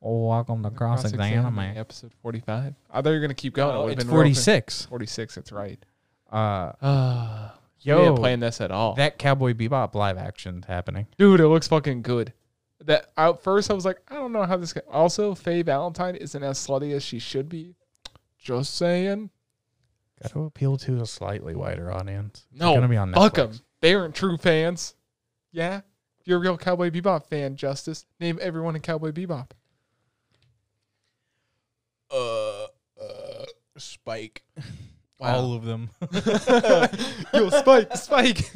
Welcome to Cross Examine. episode 45. I thought you were going to keep going. It Oh, would've it's been real quick. 46. 46, that's right. Uh, Uh, Yo. Yo. We ain't playing this at all. that Cowboy Bebop live action's happening. Dude, it looks fucking good. That At first, I was like, I don't know how this guy. Also, Faye Valentine isn't as slutty as she should be. Just saying. Got to appeal to a slightly wider audience. It's No, gonna be on Fuck Netflix. them. They aren't true fans. Yeah. If you're a real Cowboy Bebop fan, Justice, name everyone in Cowboy Bebop. Uh, uh, Spike. All of them. Yo, Spike, Spike.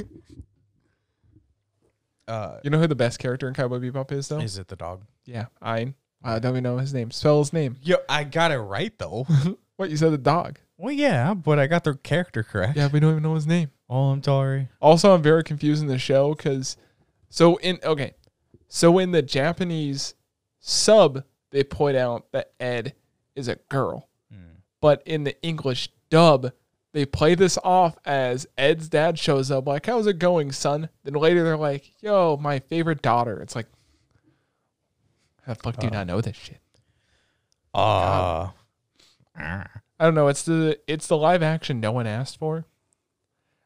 Uh, You know who the best character in Cowboy Bebop is, though? Is it the dog? yeah, Ein. Wow, I don't even know his name. Spell his name. yo, I got it right though. What, you said the dog? Well, yeah, but I got their character correct. Yeah, we don't even know his name. Oh, I'm sorry. Also, I'm very confused in the show because, so in okay, so in the Japanese sub, they point out that Ed is a girl, but in the English dub, they play this off as Ed's dad shows up like, "How's it going, son?" Then later they're like, "Yo, my favorite daughter." It's like, how the fuck do you not know this shit? Oh, Uh, I don't know. It's the it's the live action no one asked for.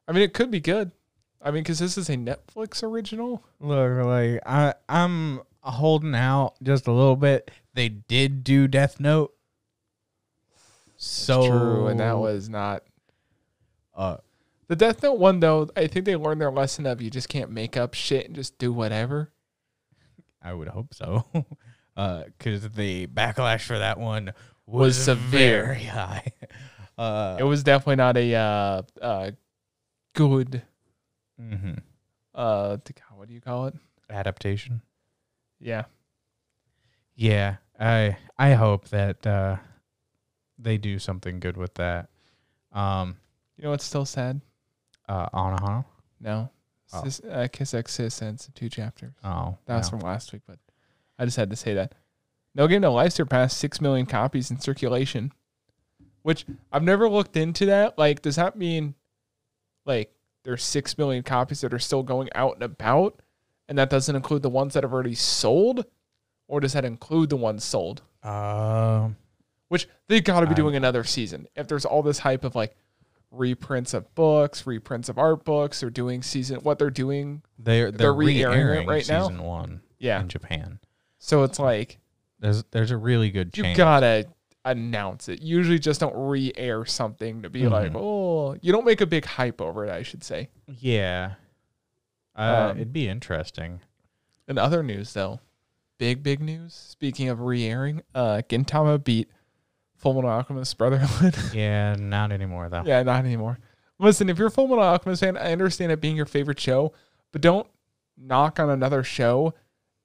I mean, it could be good. I mean, because this is a Netflix original. look, like I, I'm holding out just a little bit. They did do Death Note, so true, and that was not uh, the Death Note one though. I think they learned their lesson of you just can't make up shit and just do whatever. I would hope so, because the backlash for that one was, Was severe. very high. Uh, It was definitely not a uh, uh, good mhm. uh, t- God, what do you call it? Adaptation. Yeah, Yeah, I I hope that uh, they do something good with that. Um, you know what's still sad? uh, Anohana. No, Oh. Sis, uh, Kiss X Sis ends in two chapters. Oh, That was no. from last week, but I just had to say that. No Game No Life surpassed six million copies in circulation, which I've never looked into that. Like, does that mean like there's six million copies that are still going out and about, and that doesn't include the ones that have already sold, or does that include the ones sold? Um, Which they got to be I- doing another season if there's all this hype of like reprints of books, reprints of art books, or doing season what they're doing. they're They're they're, re-airing it re-airing right now? season one Yeah, in Japan. so it's like. There's there's a really good you chance. gotta announce it. Usually, just don't re-air something to be like, Mhm. oh, you don't make a big hype over it. I should say. yeah, uh, Um, it'd be interesting. In other news, though, big big news. Speaking of re-airing, uh, Gintama beat Full Metal Alchemist Brotherhood. Yeah, not anymore though. yeah, not anymore. Listen, if you're a Full Metal Alchemist fan, I understand it being your favorite show, but don't knock on another show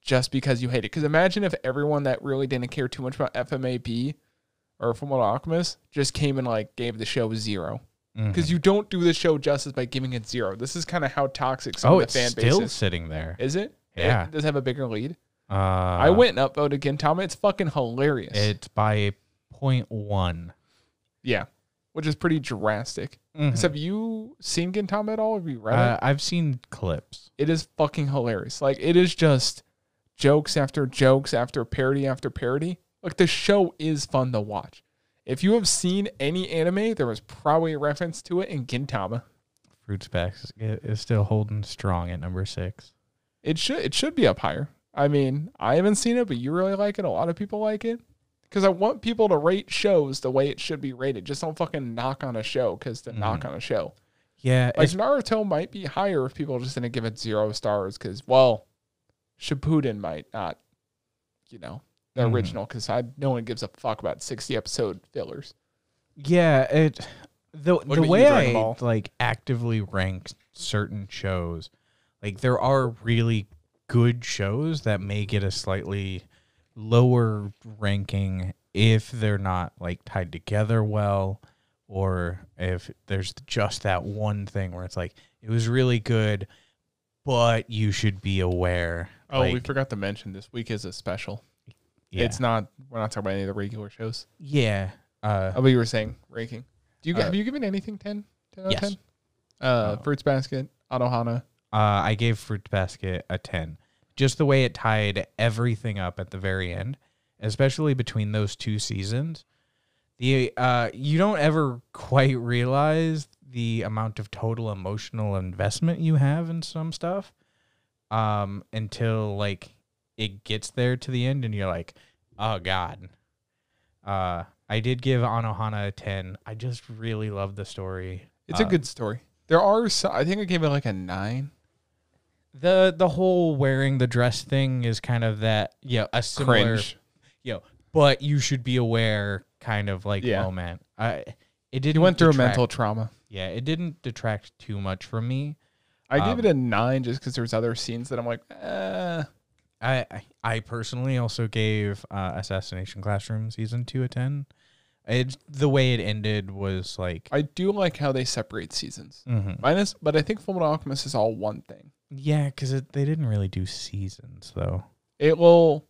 just because you hate it. Because imagine if everyone that really didn't care too much about FMAB or Full Metal Alchemist just came and like gave the show zero. Mhm. because you don't do the show justice by giving it zero. This is kind of how toxic some oh, of it's the fan still base is. sitting there. Is it? Yeah. It does have a bigger lead. Uh, I went and upvoted Gintama. It's fucking hilarious. It's by a point one. yeah. Which is pretty drastic. Mhm. So have you seen Gintama at all? Have you read it? Uh, I've seen clips. It is fucking hilarious. Like it is just jokes after jokes after parody after parody. Like the show is fun to watch. If you have seen any anime, there was probably a reference to it in Gintama. Fruits Basket is still holding strong at number six. It should it should be up higher. I mean, I haven't seen it, but you really like it. A lot of people like it because I want people to rate shows the way it should be rated. Just don't fucking knock on a show because the knock on a show. Yeah, Like it's- Naruto might be higher if people just didn't give it zero stars because well, Shippuden might not, you know, the Mhm. original because I no one gives a fuck about sixty episode fillers. yeah. It the the about you, way Dragon I Ball? like actively rank certain shows, like there are really good shows that may get a slightly lower ranking if they're not like tied together well, or if there's just that one thing where it's like it was really good, but you should be aware. like, Oh, forgot to mention this week is a special. yeah. It's not we're not talking about any of the regular shows. Yeah. Uh, Oh, but you were saying ranking. Do you Uh, have you given anything 10? 10 out of Yes. 10? Uh, Oh. Fruits Basket, Anohana. uh, I gave Fruit Basket a 10. Just the way it tied everything up at the very end. especially between those two seasons. The uh, you don't ever quite realize the amount of total emotional investment you have in some stuff um, until like it gets there to the end, and you're like, oh god. Uh, I did give Anohana a ten. I just really love the story. It's a Uh, good story. There are so I think I gave it like a nine. the the whole wearing the dress thing is kind of that yeah a similar Cringe. you know, but you should be aware kind of like Yeah. moment. I it didn't You went through a detract- mental trauma. yeah it didn't detract too much from me. I Um, gave it a nine just because there was other scenes that I'm like, eh. I I- I personally also gave uh, Assassination Classroom season two a ten. It the way it ended was like I do like how they separate seasons. mhm. Minus, but I think Full Metal Alchemist is all one thing. yeah because they didn't really do seasons though. It will.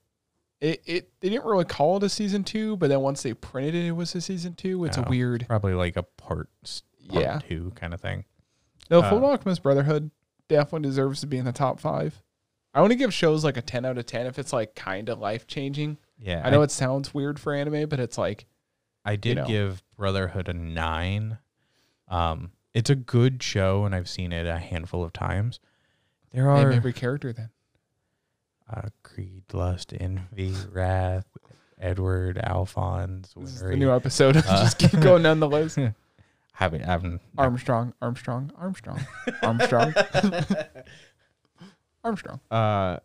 It, it they didn't really call it a season two, but then once they printed it, it was a season two. It's Oh. a weird. Probably like a part, s- part Yeah. two kind of thing. No, Uh, Full Metal Alchemist Brotherhood definitely deserves to be in the top five. I want to give shows like a ten out of ten if it's like kind of life changing. Yeah, I know it sounds weird for anime, but it's like I did know. give Brotherhood a nine. Um, it's a good show, and I've seen it a handful of times. There name are every character. Then uh, Creed, Lust, Envy, Wrath, Edward, Alphonse, this is the Winry. new episode. Just uh, keep going down the list. haven't, haven't Armstrong, Armstrong, Armstrong, Armstrong, Armstrong. uh,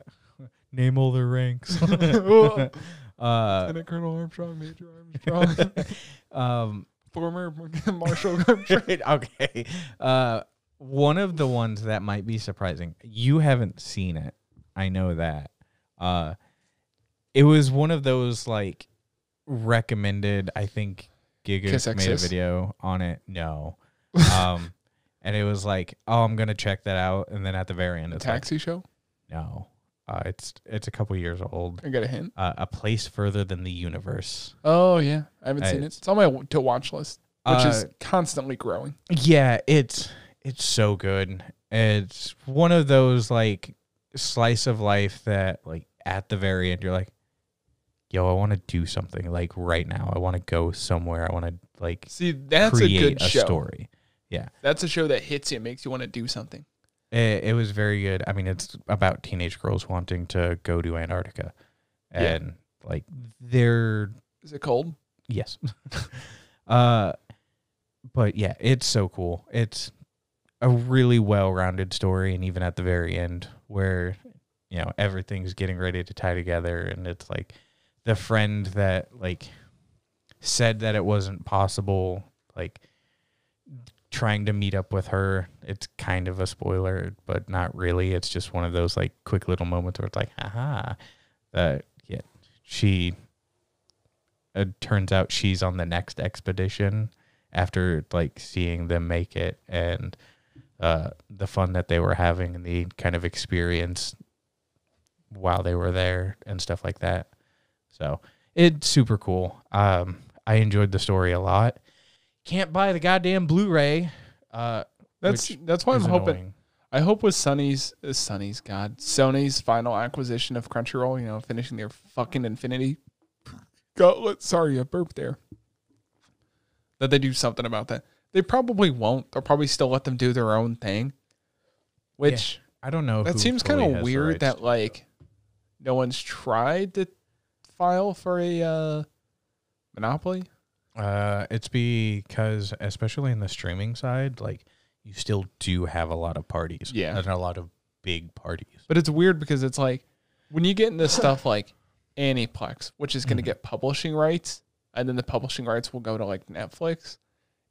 name all the ranks. uh, Lieutenant Colonel Armstrong, Major Armstrong, um, former Marshal Armstrong. okay. Uh, one of the ones that might be surprising. You haven't seen it. I know that. Uh, it was one of those like recommended. I think Giga Kiss made a X's? video on it. No. Um, and it was like, oh, I'm gonna check that out. And then at the very end, it's Taxi show. like, no. Uh, it's it's a couple years old. I got a hint. Uh, a place further than the universe. Oh yeah, I haven't Uh, seen it. It's on my to watch list, which is Uh, constantly growing. Yeah, it's it's so good. It's one of those like slice of life that like at the very end you're like, yo, I want to do something like right now. I want to go somewhere. I want to like See, that's a create good a show. story. That's a show that hits you, and makes you want to do something. It, it was very good. I mean, it's about teenage girls wanting to go to Antarctica, Yeah. and like they're Is it cold? Yes. uh but yeah, it's so cool. It's a really well-rounded story and even at the very end where you know everything's getting ready to tie together and it's like the friend that like said that it wasn't possible like trying to meet up with her. It's kind of a spoiler, but not really. It's just one of those like quick little moments where it's like, haha, that yeah, she it uh, turns out she's on the next expedition after like seeing them make it and uh, the fun that they were having and the kind of experience while they were there and stuff like that. So it's super cool. Um, I enjoyed the story a lot. Can't buy the goddamn Blu-ray. Uh, That's Which that's why I'm is hoping. annoying. I hope with Sony's uh, Sony's God Sony's final acquisition of Crunchyroll, you know, finishing their fucking Infinity Gauntlet. Sorry, I burped there. That they do something about that. They probably won't. They'll probably still let them do their own thing. Which I don't know. that who seems fully kind has of the weird rights. that like no one's tried to file for a uh, monopoly. Uh, it's because especially in the streaming side, like you still do have a lot of parties, Yeah. and a lot of big parties. But it's weird because it's like when you get into stuff like Aniplex, which is going to Mhm. get publishing rights, and then the publishing rights will go to like Netflix.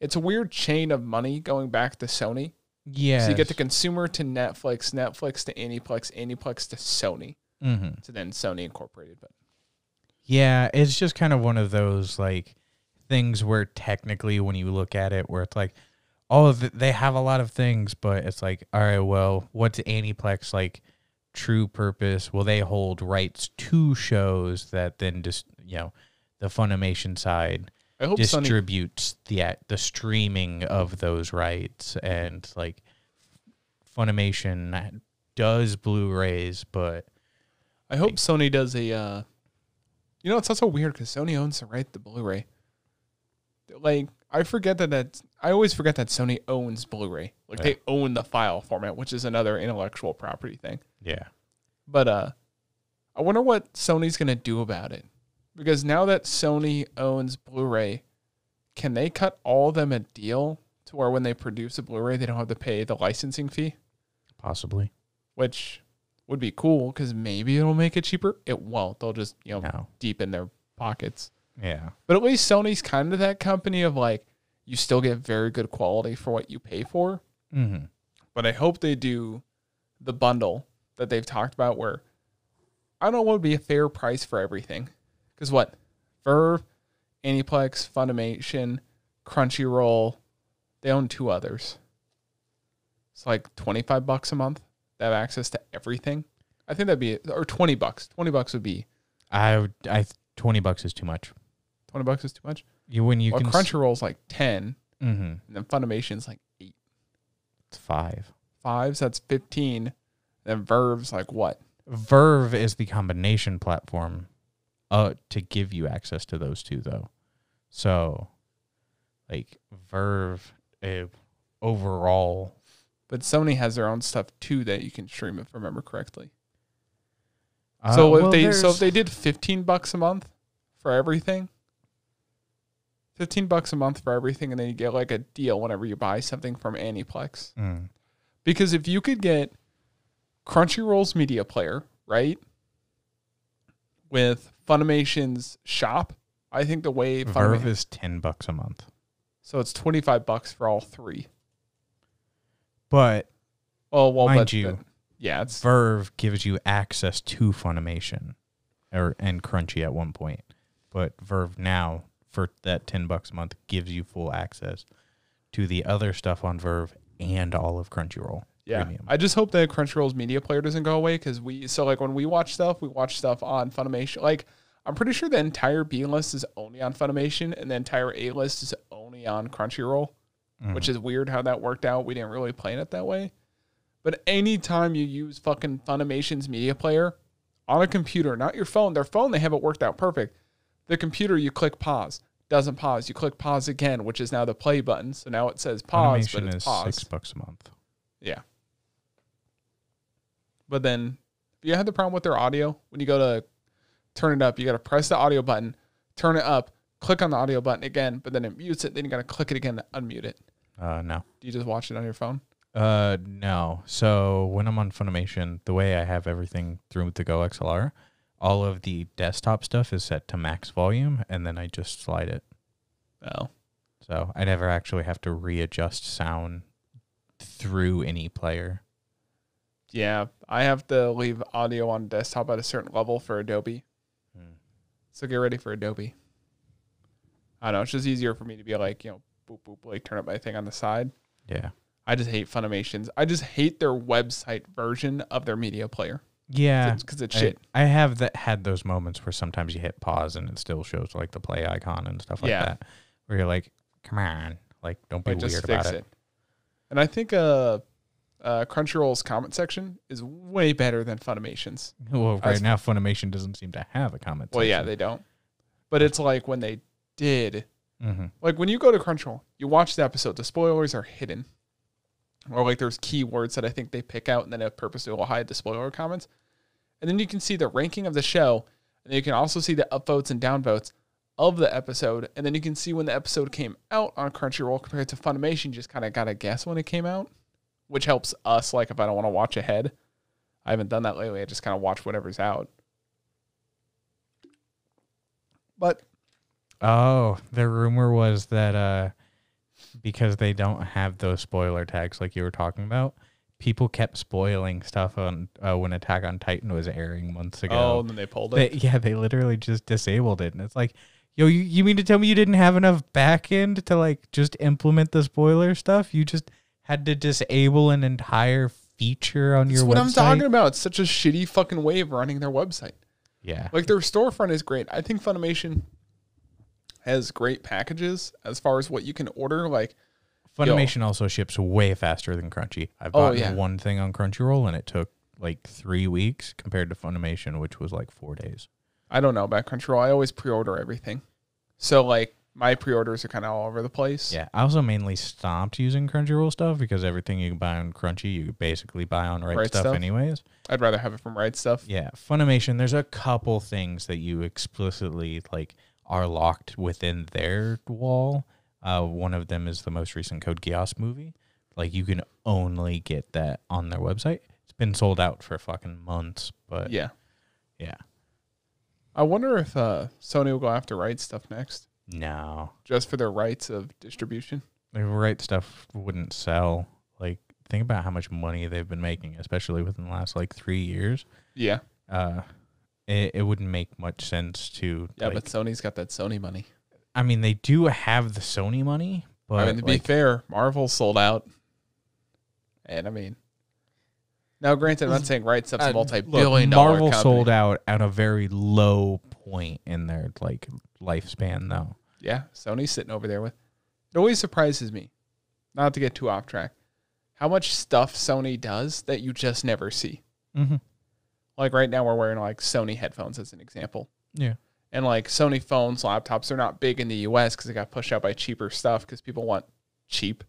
It's a weird chain of money going back to Sony. Yeah, So you get the consumer to Netflix, Netflix to Aniplex, Aniplex to Sony, mm-hmm. to then Sony Incorporated. But yeah. It's just kind of one of those like things where technically, when you look at it, where it's like, oh, th- they have a lot of things, but it's like, all right, well, what's Aniplex like? True purpose? Will they hold rights to shows that then just you know the Funimation side I hope Sony. distributes the act- the streaming of those rights and like Funimation does Blu-rays, but I hope Sony does a uh, You know, it's also weird because Sony owns the right to Blu-ray. Like, I forget that that's, I always forget that Sony owns Blu-ray. Like, Yeah. they own the file format, which is another intellectual property thing. Yeah. But uh, I wonder what Sony's gonna do about it, because now that Sony owns Blu-ray, can they cut all of them a deal to where when they produce a Blu-ray, they don't have to pay the licensing fee, Possibly. which would be cool because maybe it'll make it cheaper. It won't. They'll just you know No. deep in their pockets. Yeah. But at least Sony's kind of that company of like you still get very good quality for what you pay for Mm-hmm. but I hope they do the bundle that they've talked about where I don't know what would be a fair price for everything. Because what? Verve, Aniplex, Funimation, Crunchyroll, they own two others. It's like 25 bucks a month to have access to everything. I think that'd be, or 20 bucks. 20 bucks would be, I would- I twenty bucks is too much. 20 bucks is too much. You when you well, can Crunchyroll's like 10, mm-hmm. and then Funimation's like 8. It's five. Fives, that's 15. Then Verve's like what? Verve is the combination platform uh to give you access to those two though. So like Verve eh, overall But Sony has their own stuff too that you can stream if I remember correctly. Uh, so if well, they so there's- if they did fifteen bucks a month for everything, fifteen bucks a month for everything, and then you get like a deal whenever you buy something from Aniplex. Mm, Because if you could get Crunchyroll's media player, right? With Funimation's shop, I think the way Verve Funimation, is ten bucks a month. so it's twenty five bucks for all three. But Oh well, Mind but you, but- yeah, it's Verve gives you access to Funimation or and Crunchy at one point, but Verve now for that 10 bucks a month gives you full access to the other stuff on Verve and all of Crunchyroll. Yeah. Premium. I just hope that Crunchyroll's media player doesn't go away because we, so like when we watch stuff, we watch stuff on Funimation. Like, I'm pretty sure the entire B list is only on Funimation and the entire A list is only on Crunchyroll, Mm. Mm-hmm. which is weird how that worked out. We didn't really plan it that way. But anytime you use fucking Funimation's media player on a computer, not your phone, their phone, they have it worked out perfect. The computer, you click pause, doesn't pause. You click pause again, which is now the play button. So now it says pause, Mm. Funimation but is it's pause. six bucks a month. Yeah. But then if you had the problem with their audio, when you go to turn it up, you got to press the audio button, turn it up, click on the audio button again, but then it mutes it. Then you got to click it again to unmute it. Uh, no. Do you just watch it on your phone? Uh, no. So when I'm on Funimation, the way I have everything through the Go XLR, all of the desktop stuff is set to max volume and then I just slide it. No. So I never actually have to readjust sound through any player. Yeah. I have to leave audio on desktop at a certain level for Adobe. Hmm. So get ready for Adobe. I don't know. It's just easier for me to be like, you know, boop, boop, like turn up my thing on the side. Yeah. I just hate Funimation's. I just hate their website version of their media player Yeah. because it's I- shit. I, have that had those moments where sometimes you hit pause and it still shows like the play icon and stuff like Yeah. that. Where you're like, come on, like don't be Like, weird just about fix it. it. And I think uh, uh, Crunchyroll's comment section is way better than Funimation's. Well, I right was- now Funimation doesn't seem to have a comment. Well, yeah, they don't. But it's like when they did, hmm like when you go to Crunchyroll, you watch the episode. The spoilers are hidden, or like there's keywords that I think they pick out, and then it purposely will hide the spoiler comments. And then you can see the ranking of the show, and you can also see the upvotes and downvotes of the episode, and then you can see when the episode came out on Crunchyroll compared to Funimation. You just kind of got to guess when it came out, which helps us. Like if I don't want to watch ahead, I haven't done that lately. I just kind of watch whatever's out. But Oh, the rumor was that uh, because they don't have those spoiler tags like you were talking about, people kept spoiling stuff on uh, when Attack on Titan was airing months ago. oh, and then they pulled it. uh, They- yeah, they literally just disabled it, and it's like, yo, you, you mean to tell me you didn't have enough backend to like just implement the spoiler stuff? You just had to disable an entire feature on That's your what website. I'm talking about. It's such a shitty fucking way of running their website. Yeah, Like their storefront is great. I think Funimation has great packages as far as what you can order. Like Funimation also ships way faster than Crunchy. I Oh, bought yeah. one thing on Crunchyroll, and it took like three weeks compared to Funimation, which was like four days. I don't know about Crunchyroll. I always pre-order everything, so like my pre-orders are kind of all over the place. Yeah, I also mainly stopped using Crunchyroll stuff because everything you can buy on Crunchy, you basically buy on Right, Right stuff, Stuff? anyways. I'd rather have it from Right Stuff. Yeah, Funimation. There's a couple things that you explicitly like are locked within their wall. Uh, one of them is the most recent Code Geass movie. Like you can only get that on their website. It's been sold out for fucking months, but Yeah. Yeah. I wonder if uh, Sony will go after Right Stuff next, no, just for their rights of distribution. the right stuff wouldn't sell. Like think about how much money they've been making, especially within the last like three years. Yeah. uh, it, it wouldn't make much sense to. Yeah, like- but Sony's got that Sony money. I mean, they do have the Sony money, but I mean, to like, be fair, Marvel sold out, and I mean, now granted, I'm not saying Right Stuff's uh, a look, multi-billion dollar Marvel company. sold out at a very low point in their like lifespan, though. Yeah, Sony's sitting over there with. It always surprises me, not to get too off track, how much stuff Sony does that you just never see. Mm-hmm. Like right now, we're wearing like Sony headphones as an example. Yeah. And like Sony phones, laptops, they're not big in the US because they got pushed out by cheaper stuff because people want cheap.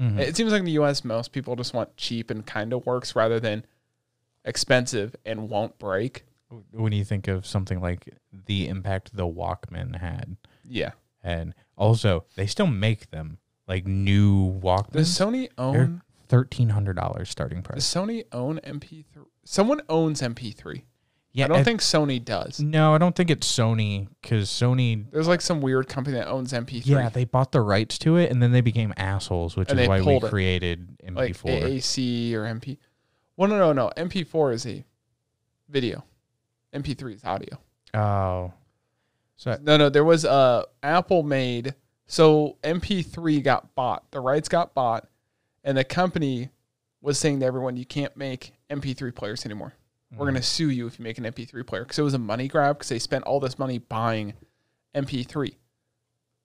Mm-hmm. It seems like in the US, most people just want cheap and kind of works rather than expensive and won't break. When you think of something like the impact the Walkman had, Yeah. and also they still make them like new Does Walkmans, Sony own, thirteen hundred dollars starting does price. Sony own MP3? Someone owns MP3. Yeah, I don't at- think Sony does. No, I don't think it's Sony because Sony There's like some weird company that owns MP3. Yeah, they bought the rights to it and then they became assholes, which E And is they why we pulled it. created MP4. like AAC or MP. Well, no, no, no. MP4 is a video. MP3 is audio. Oh. So No, no. There was uh, Apple made so MP3 got bought. The rights got bought, and the company was saying to everyone, "You can't make MP3 players anymore. We're gonna sue you if you make an MP3 player." Because it was a money grab. Because they spent all this money buying MP3,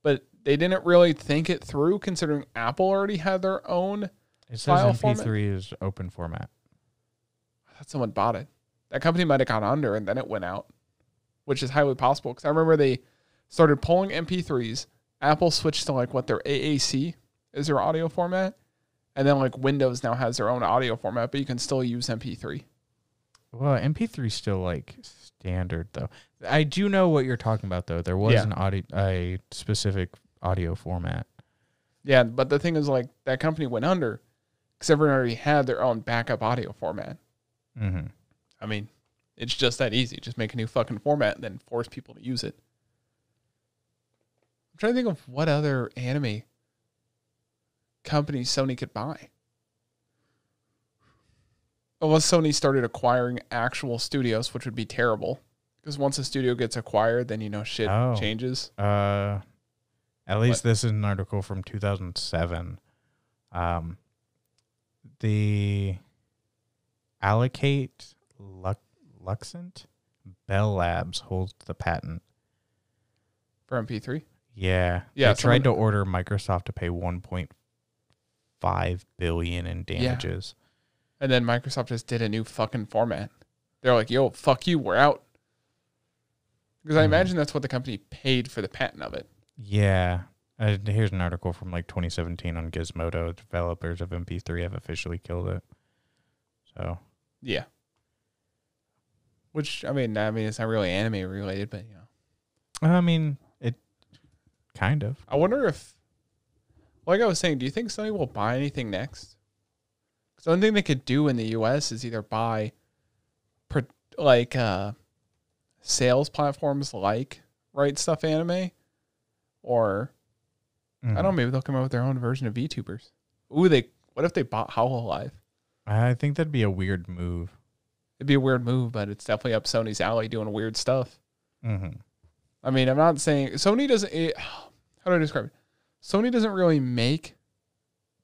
but they didn't really think it through. Considering Apple already had their own, it says file MP3 format? is open format. I thought someone bought it. That company might have gone under, and then it went out, which is highly possible. Because I remember they started pulling MP3s. Apple switched to like what their AAC is their audio format, and then like Windows now has their own audio format, but you can still use MP3. Well, MP3 is still like standard though. I do know what you're talking about though. There was Yeah. an audio a specific audio format. Yeah, but the thing is like that company went under because everyone already had their own backup audio format. Mm-hmm. I mean, it's just that easy. Just make a new fucking format and then force people to use it. I'm trying to think of what other anime company Sony could buy. Unless Sony started acquiring actual studios, which would be terrible. Because once a studio gets acquired, then you know shit Oh. changes. Uh, at least this is an article from 2007. Um, the Allocate Lux- Luxent Bell Labs holds the patent. For MP3? Yeah, Yeah, They tried to order Microsoft to pay 1.5 billion in damages. And then Microsoft just did a new fucking format. They're like, yo, fuck you, we're out. Because I Mhm. imagine that's what the company paid for the patent of it. Yeah. Uh, here's an article from like 2017 on Gizmodo. Developers of MP3 have officially killed it. So Yeah. Which I mean, I mean, it's not really anime related, but you know, I mean, it kind of. I wonder if, like I was saying, do you think Sony will buy anything next? Because the only thing they could do in the U.S. is either buy, pro- like, uh, sales platforms like Right Stuff Anime, or Hmm. I don't. know, Maybe they'll come out with their own version of VTubers. Ooh, they. What if they bought Howl Alive? I think that'd be a weird move. It'd be a weird move, but it's definitely up Sony's alley doing weird stuff. Mm-hmm. I mean, I'm not saying Sony doesn't. It, how do I describe it? Sony doesn't really make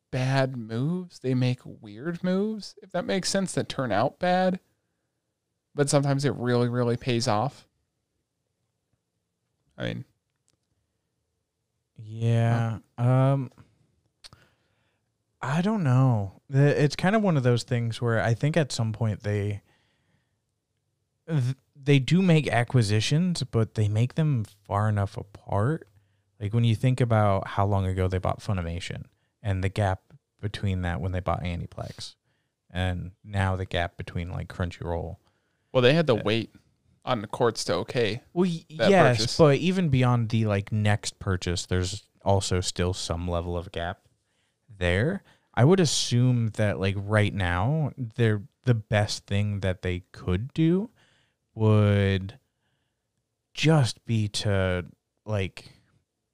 bad moves. They make weird moves, if that makes sense, that turn out bad. But sometimes it really, really pays off. I mean, Yeah. Um. I don't know. The- It's kind of one of those things where I think at some point they th- they do make acquisitions, but they make them far enough apart. Like when you think about how long ago they bought Funimation and the gap between that when they bought Aniplex and now the gap between like Crunchyroll. Well, they had to wait on the courts to okay. Well, That yes, yes, purchase. but even beyond the like next purchase, there's also still some level of gap there. I would assume that like right now, they're the best thing that they could do would just be to like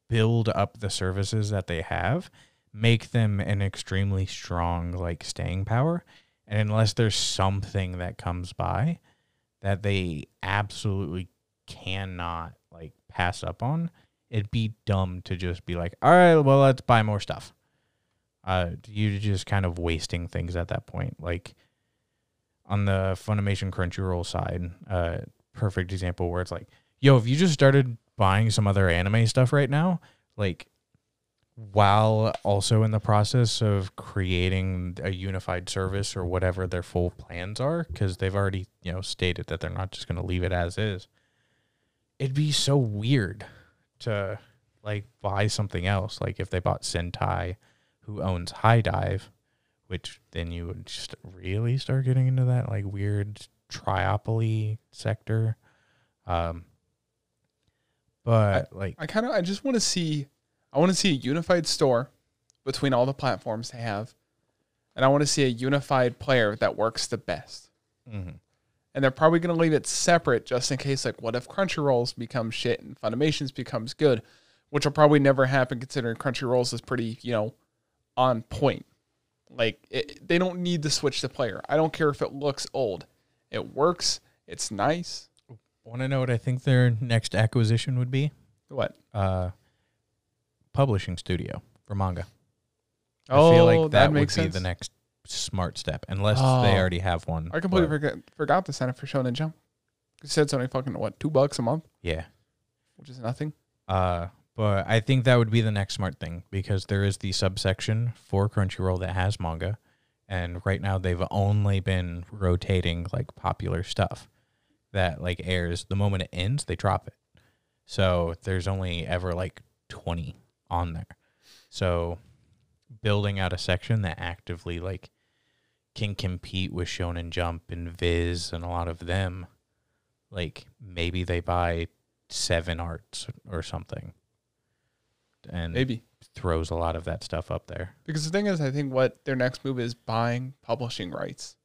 build up the services that they have, make them an extremely strong like staying power, and unless there's something that comes by that they absolutely cannot like pass up on, it'd be dumb to just be like, all right, well, let's buy more stuff. Uh, you're just kind of wasting things at that point. Like on the Funimation Crunchyroll side, uh, perfect example where it's like, yo, if you just started buying some other anime stuff right now, like while also in the process of creating a unified service or whatever their full plans are, because they've already, you know, stated that they're not just going to leave it as is it'd be so weird to like buy something else. Like if they bought Sentai, who owns High Dive, which then you would just really start getting into that like weird triopoly sector. Um, but like, I kind of I just want to see I want to see a unified store between all the platforms they have, and I want to see a unified player that works the best. mhm. And they're probably going to leave it separate just in case, like, what if Crunchyroll's becomes shit and Funimation's becomes good, which will probably never happen considering Crunchyroll's is pretty, you know, on point. Like, it, they don't need to switch the player. I don't care if it looks old. It works. It's nice. want to know what I think their next acquisition would be? What? Uh, publishing studio for manga. oh, I feel like that, that, would makes be sense. the next smart step, unless Oh. they already have one. I completely but- forgot, forgot to sign up for Shonen Jump. You said it's only fucking, what, two bucks a month, yeah. which is nothing. Uh, but I think that would be the next smart thing because there is the subsection for Crunchyroll that has manga, and right now they've only been rotating like popular stuff that like airs. The moment it ends, they drop it. So there's only ever like 20 on there. So building out a section that actively like can compete with Shonen Jump and Viz and a lot of them, like maybe they buy seven arts or something and Maybe. throws a lot of that stuff up there Because the thing is, I think what their next move is buying publishing rights.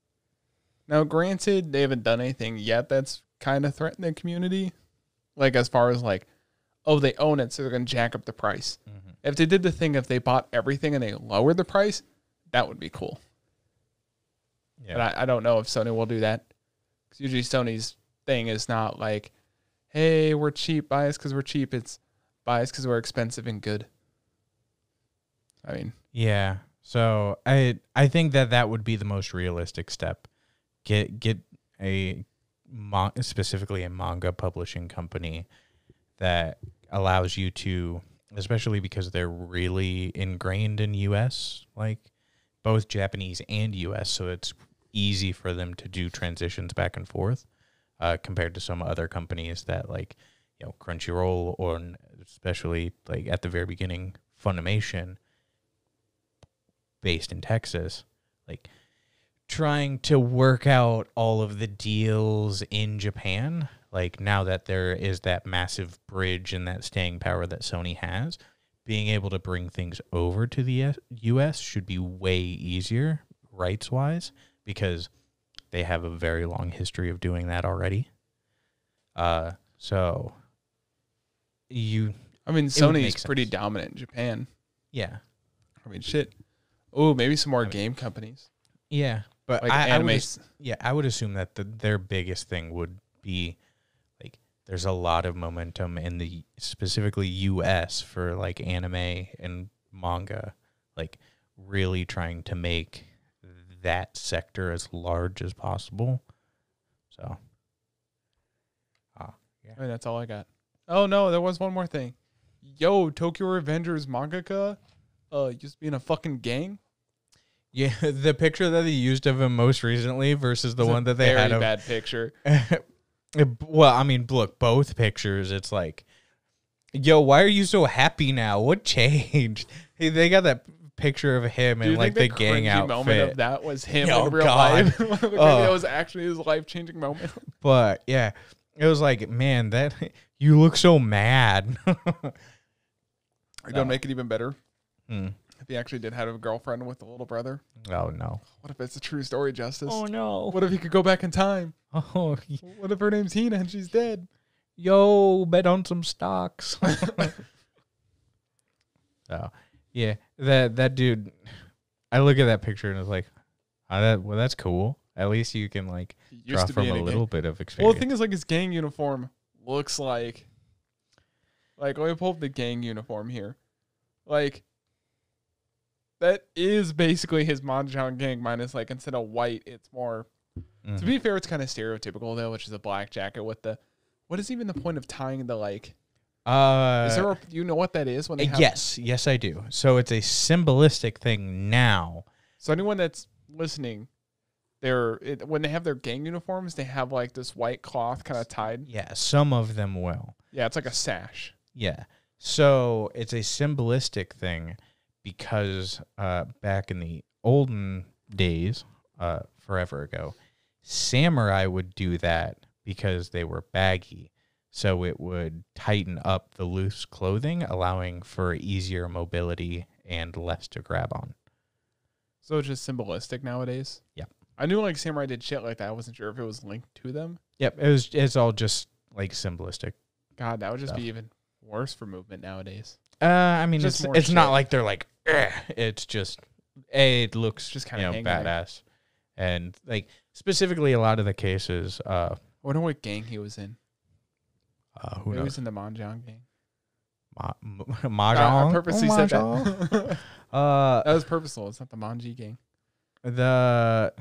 Now, granted, they haven't done anything yet that's kind of threatened the community. Like, as far as like, oh, they own it, so they're going to jack up the price. If they did the thing, if they bought everything and they lowered the price, that would be cool. yeah But I, I don't know if Sony will do that. 'Cause usually Sony's thing is not like, hey, we're cheap, buy us because we're cheap. It's buy us because we're expensive and good. I mean, yeah so i i think that that would be the most realistic step get get a mon- specifically a manga publishing company that allows you to especially because they're really ingrained in us like both japanese and us so it's easy for them to do transitions back and forth uh, compared to some other companies that like you know crunchyroll or n- especially like at the very beginning funimation based in texas like trying to work out all of the deals in Japan. Like now that there is that massive bridge and that staying power that Sony has, being able to bring things over to the US US should be way easier rights wise because they have a very long history of doing that already. Uh, so you, I mean, would Sony make is pretty sense. dominant in Japan. yeah, I mean, shit. Oh, maybe some more mean- game companies yeah, but like I, I would anime. ass- Yeah, I would assume that the, their biggest thing would be like there's a lot of momentum in the specifically US for like anime and manga, like really trying to make that sector as large as possible. So, I mean, that's all I got. Oh no, there was one more thing. Yo, Tokyo Revengers mangaka, uh, used to be in a fucking gang. yeah, the picture that they used of him most recently versus the It's a one that they very had of bad picture. Uh, b- Well, I mean, look, both pictures, it's like, yo, why are you so happy now? What changed? Hey, they got that picture of him Do you and like the, think gang cringy outfit. moment of that was him Oh, in real God. life? Like, Oh. that was actually his life changing moment. But yeah, it was like, man, that you look so mad. Or don't make it even better. Hmm. If he actually did have a girlfriend with a little brother, oh no. what if it's a true story, Justice? no. What if he could go back in time? Oh, y- What if her name's Hina and she's dead? yo, bet on some stocks. so, yeah, that that dude. I look at that picture and it's like, ah, that well, that's cool. At least you can like He used draw to from be in a a little bit of Gang. Well, experience. the thing is, like his gang uniform looks like, like let me pull up the gang uniform here, like that is basically his Mahjong gang minus like instead of white, it's more. To Mhm. be fair, it's kind of stereotypical though, which is a black jacket with the. What is even the point of tying the like? uh, Is there a, you know what that is when they have yes, yes, I do. So it's a symbolistic thing now. So anyone that's listening, they're it, when they have their gang uniforms, they have like this white cloth kind of tied. Yeah, some of them will. Yeah, it's like a sash. Yeah. So it's a symbolistic thing because uh, back in the olden days, uh, forever ago, samurai would do that because they were baggy. So it would tighten up the loose clothing, allowing for easier mobility and less to grab on. So it's just symbolistic nowadays. Yeah. I knew like samurai did shit like that. I wasn't sure if it was linked to them. Yep, it was. It's all just like symbolistic. God, that would just Stuff. be even worse for movement nowadays. Uh, I mean, Just it's more it's shit. not like they're like. "Eh," It's just eh, it looks Just just kinda kind of hang on. badass, and like specifically a lot of the cases. Uh, I wonder what gang he was in. uh who Maybe he knows? was in the Mahjong gang. Ma- m- I- mahjong. I purposely Oh, said mahjong. that. Uh, that was purposeful. It's not the Manji gang. the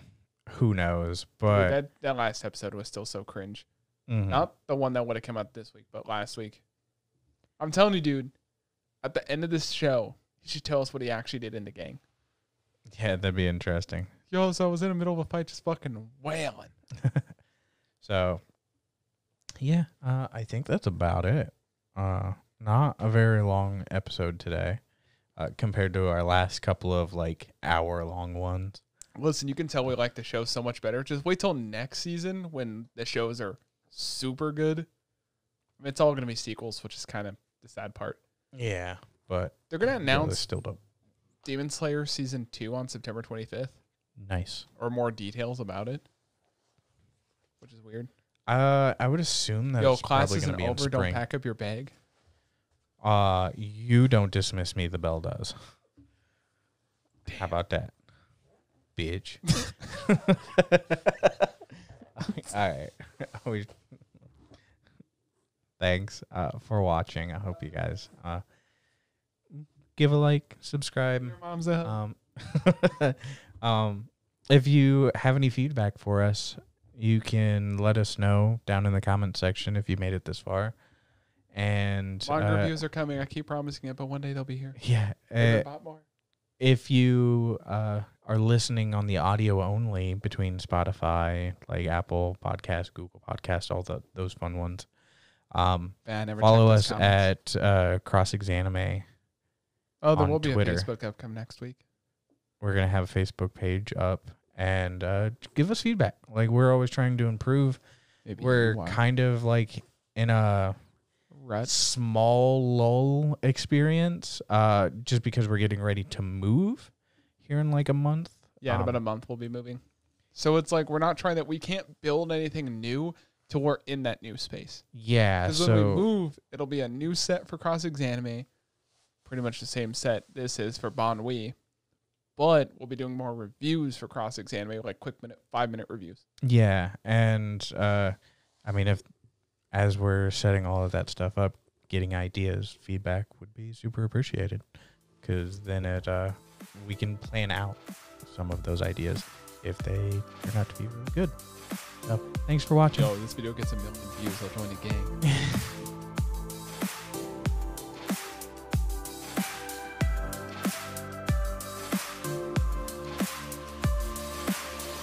who knows, Dude, but that that last episode was still so cringe. mhm. Not the one that would have come out this week, but last week. I'm telling you, dude, at the end of this show, he should tell us what he actually did in the gang. yeah, that'd be interesting. Yo, so I was in the middle of a fight just fucking wailing. So, yeah, uh, I think that's about it. Uh, not a very long episode today, uh, compared to our last couple of like hour long ones. Listen, you can tell we like the show so much better. Just wait till next season when the shows are super good. I mean, it's all going to be sequels, which is kind of the sad part. Yeah, but They're going to Yeah, announce still dope. Demon Slayer season two on September 25th Nice. or more details about it, which is weird. Uh, I would assume that Yo, it's probably going to classes isn't be in over. Don't spring. pack up your bag. Uh, you don't dismiss me. The bell does. How about that, bitch? All right. We- Thanks uh, for watching. I hope you guys uh, give a like, subscribe. Your mom's out. Um, um, if you have any feedback for us, you can let us know down in the comment section if you made it this far. And Longer uh, reviews are coming. I keep promising it, but one day they'll be here. yeah. Maybe Uh, about more. if you uh, are listening on the audio only between Spotify, like Apple Podcast, Google Podcast, all the, those fun ones, um, Man, I never follow checked us those comments. at uh, Cross Exanime. oh, there on will be Twitter. a Facebook upcoming next week. We're going to have a Facebook page up and uh, give us feedback. Like, we're always trying to improve. Maybe We're you are. kind of like in a Rut. small lull experience uh, just because we're getting ready to move here in like a month. Yeah, in about um, a month we'll be moving. So it's like we're not trying to. We can't build anything new till we're in that new space. Yeah. So Because when we move, it'll be a new set for Cross Exanime, pretty much the same set this is for Bon Wee, but we'll be doing more reviews for Cross Exanime, like quick minute, five minute reviews. Yeah, and uh, I mean, if as we're setting all of that stuff up, getting ideas, feedback would be super appreciated, because then it uh, we can plan out some of those ideas if they turn out to be really good. So, thanks for watching. Yo, this video gets a million views. I'll join the gang.